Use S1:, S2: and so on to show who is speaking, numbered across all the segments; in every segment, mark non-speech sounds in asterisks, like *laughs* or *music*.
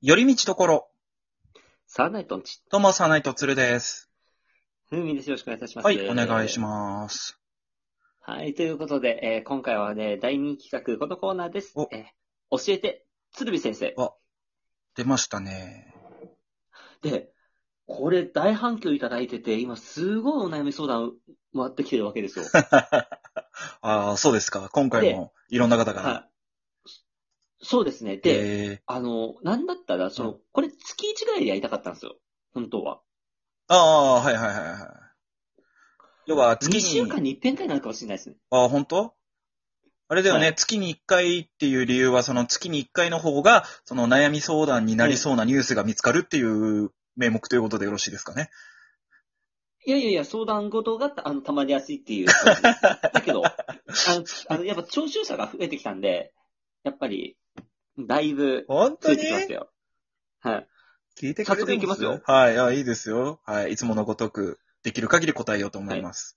S1: 寄り道ところ、
S2: サーナイトンチ。
S1: どうも、サーナイトツルです。
S2: ふうみんです。よろしくお願いいたします。
S1: はい、お願いし
S2: す。
S1: ます。
S2: はい、ということで、えー今回はね、第2企画、このコーナーです。
S1: お
S2: えー教えて、鶴見先生。
S1: 出ましたね。
S2: で、これ大反響いただいてて、今すごいお悩み相談回ってきてるわ
S1: *laughs*
S2: けですよ。
S1: ああ、そうですか。今回もいろんな方から。
S2: はい。そうですね。で、
S1: えー
S2: あの、なんだったら、その、これ月1ぐらいでやりたかったんですよ。本当は。
S1: ああ、はいはいはいはい。要は、月
S2: 2週
S1: に、
S2: 間に1遍くらいになるかもしれないですね。
S1: ああ、本当あれだよね、
S2: はい
S1: 月に1回っていう理由は、その月に1回の方が、その悩み相談になりそうなニュースが見つかるっていう名目ということでよろしいですかね。
S2: いやいやいや、相談事があのたまりやすいっ
S1: *laughs*
S2: ていう。だけど、あの、あのやっぱ聴衆者が増えてきたんで、やっぱり、だいぶ
S1: 本
S2: 増えてきましたよ。はい。
S1: 聞いてくれて
S2: 早速いきますよ
S1: はい、あいいですよ。はい、いつものごとく、できる限り答えようと思います。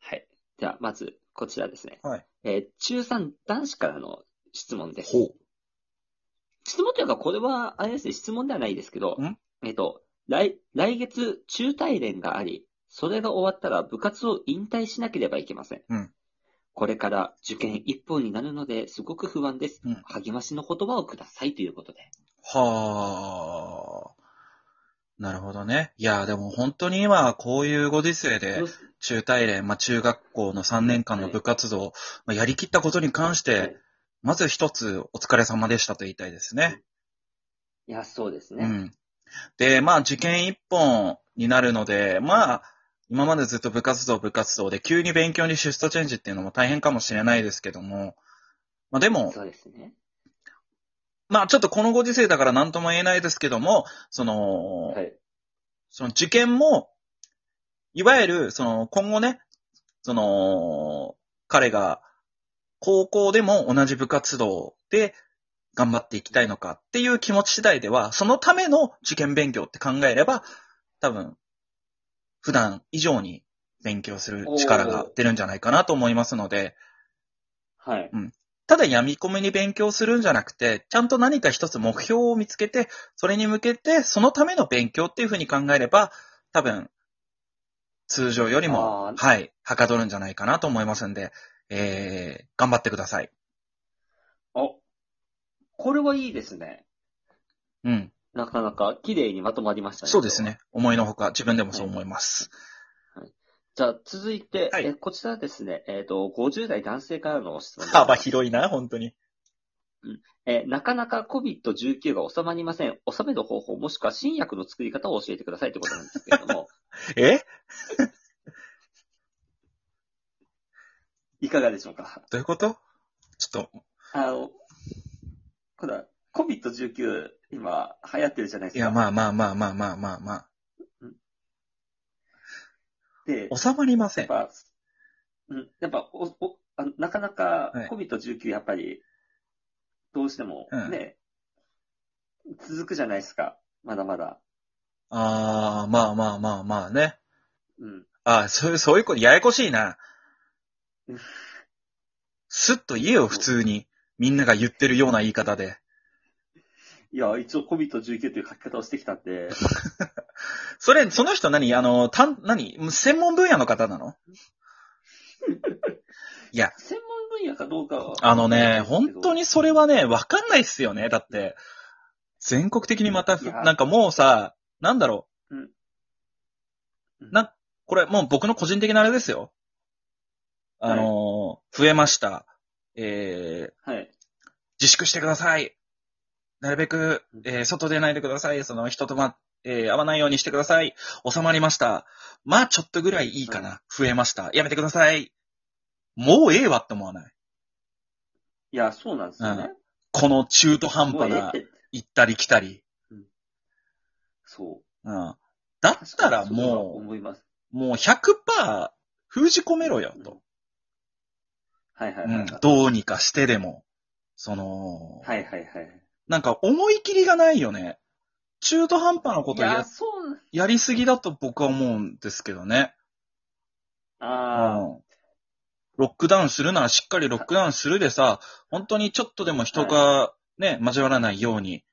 S2: はい。では、まず、こちらですね。
S1: はい。
S2: えー中3男子からの質問です。
S1: ほう。
S2: 質問というか、これは、あれですね、質問ではないですけど
S1: ん、
S2: えっと、来、来月、中退連があり、それが終わったら部活を引退しなければいけません。
S1: うん
S2: これから受験一本になるので、すごく不安です。
S1: うん
S2: 励ましの言葉をくださいということで。
S1: はあ。なるほどね。いや、でも本当に今、こういうご時世で
S2: どう、す
S1: 中大連、まあ、中学校の3年間の部活動、まあ、やりきったことに関し
S2: はい
S1: て、まず一つ、お疲れ様でしたと言いたいですね。
S2: いや、そうです
S1: う
S2: ね。
S1: ん。で、まあ、受験一本になるので、まあ、今までずっと部活動、部活動で、急に勉強にシフトチェンジっていうのも大変かもしれないですけども、まあ、でも、
S2: そうですね。
S1: まあ、ちょっとこのご時世だから何とも言えないですけども、その、
S2: はい。
S1: その受験も、いわゆる、その、今後ね、その、彼が、高校でも同じ部活動で頑張っていきたいのかっていう気持ち次第では、そのための受験勉強って考えれば、多分、普段以上に勉強する力が出るんじゃないかなと思いますので、
S2: はい。
S1: ただ闇込みに勉強するんじゃなくて、ちゃんと何か一つ目標を見つけて、それに向けて、そのための勉強っていうふうに考えれば、多分、通常より
S2: あ
S1: も、
S2: ー
S1: はい、はかどるんじゃないかなと思いますんで、えー、頑張ってください。
S2: お、これはいいですね。
S1: うん。
S2: なかなか綺麗にまとまりましたね。
S1: そうですね。思いのほか、自分でもそう思います。
S2: じゃあ、続いて、
S1: はい
S2: えこちらですね、えっ、と、50代男性からの質問です。
S1: 幅広いな、本当に。
S2: えーなかなか COVID-19 が収まりません。収める方法、もしくは新薬の作り方を教えてくださいということなんですけれど
S1: *laughs*
S2: も、
S1: え
S2: いかがでしょうか
S1: どういうことちょっと、
S2: あの、ほら、COVID-19、今、流行ってるじゃないです
S1: い
S2: か。
S1: や、まあまあまあまあまあまあま
S2: で、
S1: あ、収まりませ
S2: や
S1: ん。
S2: っぱ、うん、やっぱおおあのなかな
S1: は
S2: か
S1: い
S2: COVID-19 やっぱり、どうしても
S1: うん
S2: ね、続くじゃないですか。まだまだ。
S1: あー、まあまあまあまあね。
S2: うん。
S1: あ、そういう、そういうこと、ややこしいな
S2: うん。
S1: すっと言えよ、普通に。みんなが言ってるような言い方で。
S2: いや、一応 COVID-19 という書き方をしてきたん
S1: *laughs*
S2: で、
S1: それ、その人何あの、たん、何専門分野の方な
S2: *laughs*
S1: の
S2: 専門分野かどうかは。
S1: あのね、本当
S2: に。
S1: にそれはね、わかんないっすよね。だって、全国的にまた、
S2: いや
S1: なんかもうさ、なんだろう。
S2: うんうん
S1: な、これもう僕の個人的なあれですよ。あのー、増えました。えー、
S2: はい。
S1: 自粛してください。なるべく
S2: うん、
S1: えー外出ないでください。その人とま、えー会わないようにしてください。収まりました。まあ、ちょっとぐらいいいかな。増えました。やめてください。もうええわって思わない。
S2: いや、そうなんですよね。
S1: この中途半
S2: もう
S1: 端
S2: ええ
S1: な
S2: って。
S1: 行ったり来たり。
S2: そう。
S1: うん。だったら
S2: 確かにそうは
S1: も
S2: 思います。
S1: う、もう100%封じ込めろよ
S2: うん
S1: と。
S2: はいはいうはいはい。
S1: ん。どうにかしてでも。その、
S2: はいはいはい。
S1: なんか思い切りがないよね。中途半端なこ
S2: い
S1: とや
S2: や、そう、
S1: やりすぎだと僕は思うんですけどね。
S2: あ
S1: うんロックダウンするならしっかりロックダウンするでさ、本当にちょっとでも人がね、交わらないように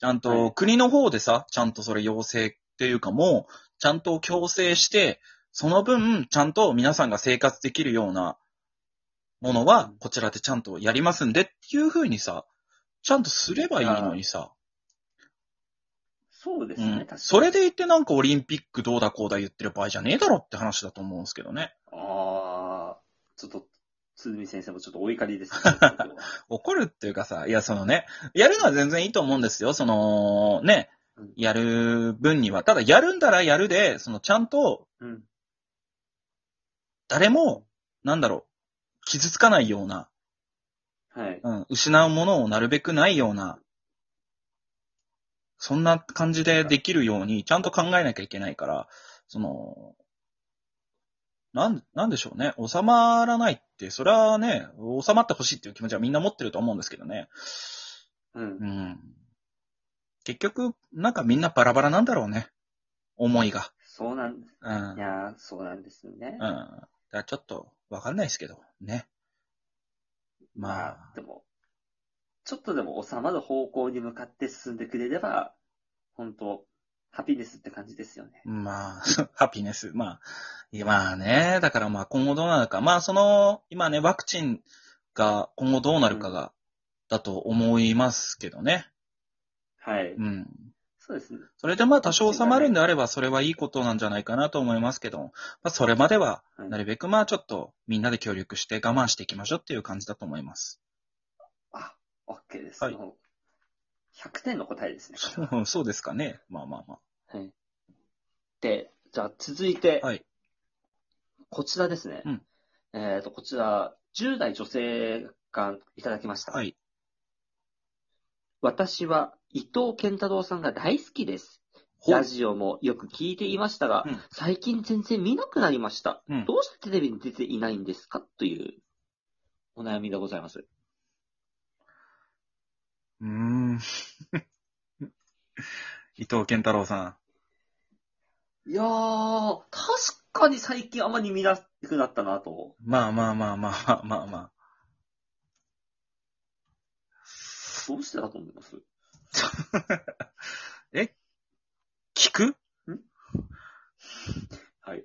S1: ちゃんと、
S2: はい
S1: 国の方でさ、ちゃんとそれ要請っていうかもう、ちゃんと強制して、その分、ちゃんと皆さんが生活できるようなものは
S2: うん、
S1: こちらでちゃんとやりますんでっていう風にさ、ちゃんとすればいいのにさ、
S2: そうです
S1: う
S2: ね、
S1: ん
S2: 確か。に。
S1: それで言ってなんかオリンピックどうだこうだ言ってる場合じゃねえだろって話だと思うんですけどね。
S2: ああ、ちょっと、鶴見先生もちょっとお怒りですね。ちょ
S1: *laughs*
S2: っと
S1: 怒るっていうかさ、いやそのね、やるのは全然いいと思うんですよ。その、ね
S2: うん、
S1: やる分には。ただやるんだらやるで、そのちゃんと
S2: うん。
S1: 誰も、なんだろう、傷つかないような、
S2: はい。
S1: うん、失うものをなるべくないような、そんな感じでできるように、ちゃんと考えなきゃいけないから、その、なん、なんでしょうね。収まらないって、それはね、収まってほしいっていう気持ちはみんな持ってると思うんですけどね。
S2: うん
S1: う。ん。結局、なんかみんなバラバラなんだろうね。思いが。
S2: そうなん、
S1: うん。うん。
S2: い
S1: だ
S2: やーそうなんですよね。
S1: からちょっと、わかんないですけど、ね。まあ、
S2: でも、ちょっとでも収まる方向に向かって進んでくれれば、本当ハピネスって感じですよね。
S1: まあ、ハピネス。まあ、いやまあね、だからまあ今後どうなるか。まあその、今ね、ワクチンが今後どうなるかが、だと思いますけどね。
S2: はい。
S1: うん。
S2: そうですね。
S1: それでまあ多少収まるんであれば、それはいいことなんじゃないかなと思いますけど、まあそれまでは、
S2: はい
S1: なるべくまあちょっとみんなで協力して我慢していきましょうっていう感じだと思います。
S2: あ、OK です。
S1: はい
S2: もう100点の答えですね。
S1: そうそうですかね。まあまあまあ。
S2: はい。で、じゃあ続いて、
S1: はい
S2: こちらですね。
S1: うん
S2: えっ、と、こちら、10代女性がいただきました。
S1: はい。
S2: 私は伊藤健太郎さんが大好きです。
S1: ほ
S2: ラ
S1: う。
S2: ジオもよく聞いていましたが、
S1: うん
S2: 最近全然見なくなりました。
S1: うん
S2: どうしてテレビに出ていないんですかというお悩みでございます。
S1: うーん。 *laughs* 伊藤健太郎さん。
S2: いやー、確かに最近あまり見なくなったなと。
S1: まあまあまあまあまあまあ。
S2: どうしてだと思います
S1: 聞く *laughs*
S2: はい。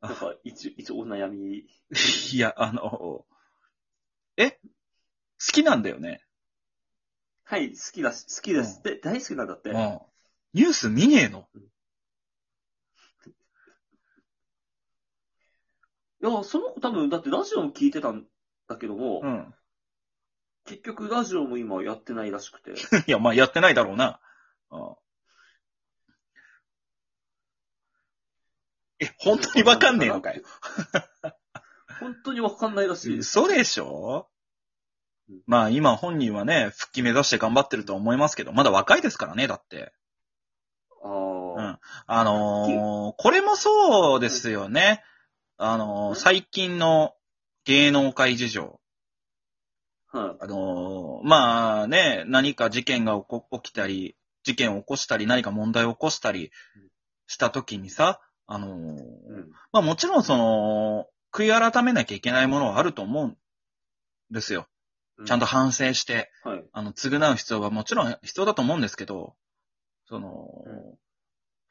S1: あ
S2: なんか、一応、一応お悩み。
S1: いや、あの、え好きなんだよね。
S2: はい、好きだし、好きです。で、大好きなんだって。
S1: うん。ニュース見ねえの
S2: いや、その子多分、だってラジオも聞いてたんだけども、
S1: うん。
S2: 結局ラジオも今やってないらし
S1: *laughs*
S2: くて。
S1: いや、まあ、やってないだろうな。うん。え、本当にわかんねえのかよ。
S2: 本当にわかんないらしいです。
S1: 嘘でしょ
S2: うん
S1: まあ、今本人はね、復帰目指して頑張ってると思いますけど、まだ若いですからね、だって。
S2: あ
S1: うん
S2: あ、
S1: あのーこれもそうですよね。あのー最近の芸能界事情。
S2: はい。
S1: あのーまあね、何か事件が起こ起きたり、事件を起こしたり、何か問題を起こしたりした時にさ、あのー
S2: うん。
S1: まあもちろんその、悔い改めなきゃいけないものはあると思うんですよ。
S2: う
S1: ちゃんと。反省して、
S2: はい。
S1: あの、償う必要はもちろん必要だと思うんですけど、その、
S2: うん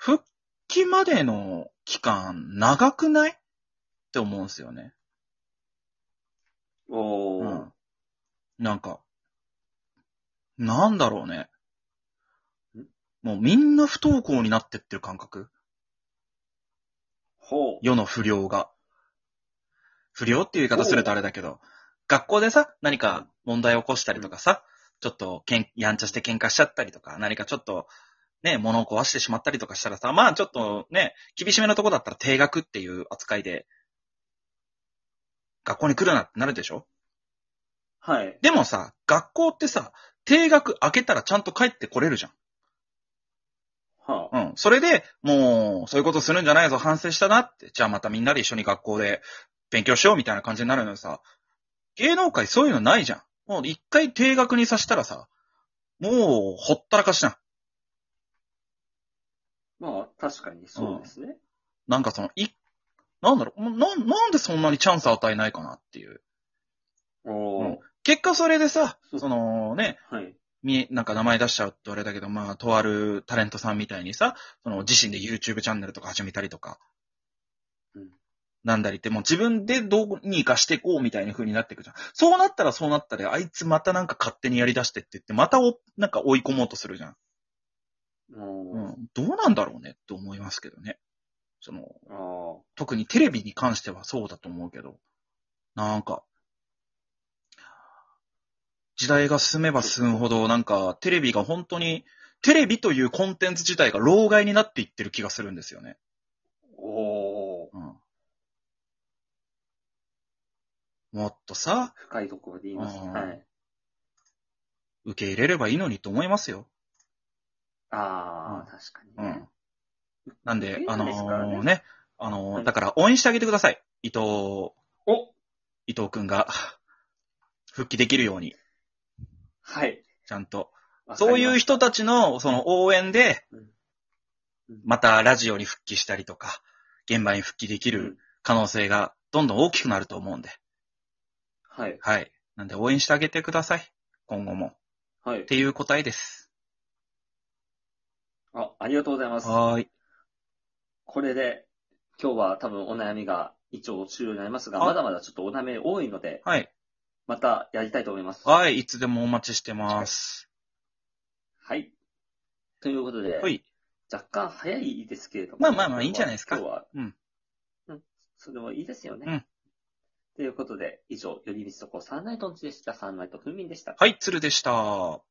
S1: 復帰までの期間長くないって思うんですよね。
S2: お
S1: う
S2: ー。
S1: ん。なんか、なんだろうね
S2: ん。
S1: もうみんな不登校になってってる感覚
S2: ほう。
S1: 世の不良が。不良っていう言い方するとあれだけど、学校でさ、何か問題起こしたりとかさ、ちょっとけん、やんちゃして喧嘩しちゃったりとか、何かちょっと、ね、物を壊してしまったりとかしたらさ、まあちょっとね、厳しめのとこだったら定額っていう扱いで、学校に来るなってなるでしょ
S2: はい。
S1: でもさ、学校ってさ、定額開けたらちゃんと帰ってこれるじゃん。
S2: はあ。
S1: うん。それで、もう、そういうことするんじゃないぞ、反省したなって。じゃあまたみんなで一緒に学校で勉強しようみたいな感じになるのにさ、芸能界そういうのないじゃん。もう一回定額にさしたらさ、もう、ほったらかしじゃん。
S2: まあ、確かにそうですね。
S1: なんかその、い、なんだろう、もうなん、なんでそんなにチャンス与えないかなっていう。
S2: おー。
S1: 結果それでさ
S2: そ、う
S1: そのね、
S2: はい。
S1: み、なんか名前出しちゃうってあれだけど、まあ、とあるタレントさんみたいにさ、その自身で YouTube チャンネルとか始めたりとか、
S2: うん
S1: なんだりって、もう自分でどうにかしてこうみたいな風になっていくじゃん。そうなったらそうなったで、あいつまたなんか勝手にやり出してって言って、またお、なんか追い込もうとするじゃん。う
S2: うん。あ
S1: ん。どうなんだろうねって思いますけどね。その、
S2: あ。
S1: 特にテレビに関してはそうだと思うけど、なんか、時代が進めば進むほど、なんか、テレビが本当に、テレビというコンテンツ自体が老害になっていってる気がするんですよね。
S2: おお。
S1: うん。もっとさ、
S2: 深いところで言いますね。
S1: うん
S2: はい。
S1: 受け入れればいいのにと思いますよ。
S2: ああ、確か
S1: う
S2: に
S1: ん
S2: ね。。
S1: なんで、
S2: 受け
S1: あ
S2: 入れですからね
S1: のーね、あの
S2: は
S1: ー
S2: い
S1: だから応援してあげてください。伊藤、
S2: お
S1: 伊藤くんが、 *laughs* 復帰できるように、
S2: はい。
S1: ちゃんと。そういう人たちの、その応援で
S2: うんうん、
S1: またラジオに復帰したりとか、現場に復帰でき
S2: うん
S1: る可能性がどんどん大きくなると思うんで、
S2: はい。
S1: はい。なんで応援してあげてください。今後も。
S2: は
S1: っ
S2: い。
S1: ていう答えです。
S2: あ、ありがとうございます。
S1: はーい。
S2: これで、今日は多分お悩みが一応終了になりますが、
S1: はい
S2: まだまだちょっとお悩み多いので、
S1: はい。
S2: またやりたいと思います。い。
S1: はい。いつでもお待ちしてます。
S2: はい。ということで、
S1: はい。
S2: 若干早いですけれども。
S1: まあまあまあいいんじゃないですか
S2: 今日は。
S1: うん。
S2: うん。それもいいですよね。
S1: うん。
S2: ということで、以上、寄り道とこサンナイトンチでした。サンナイトふみんでした。
S1: はい、鶴でした。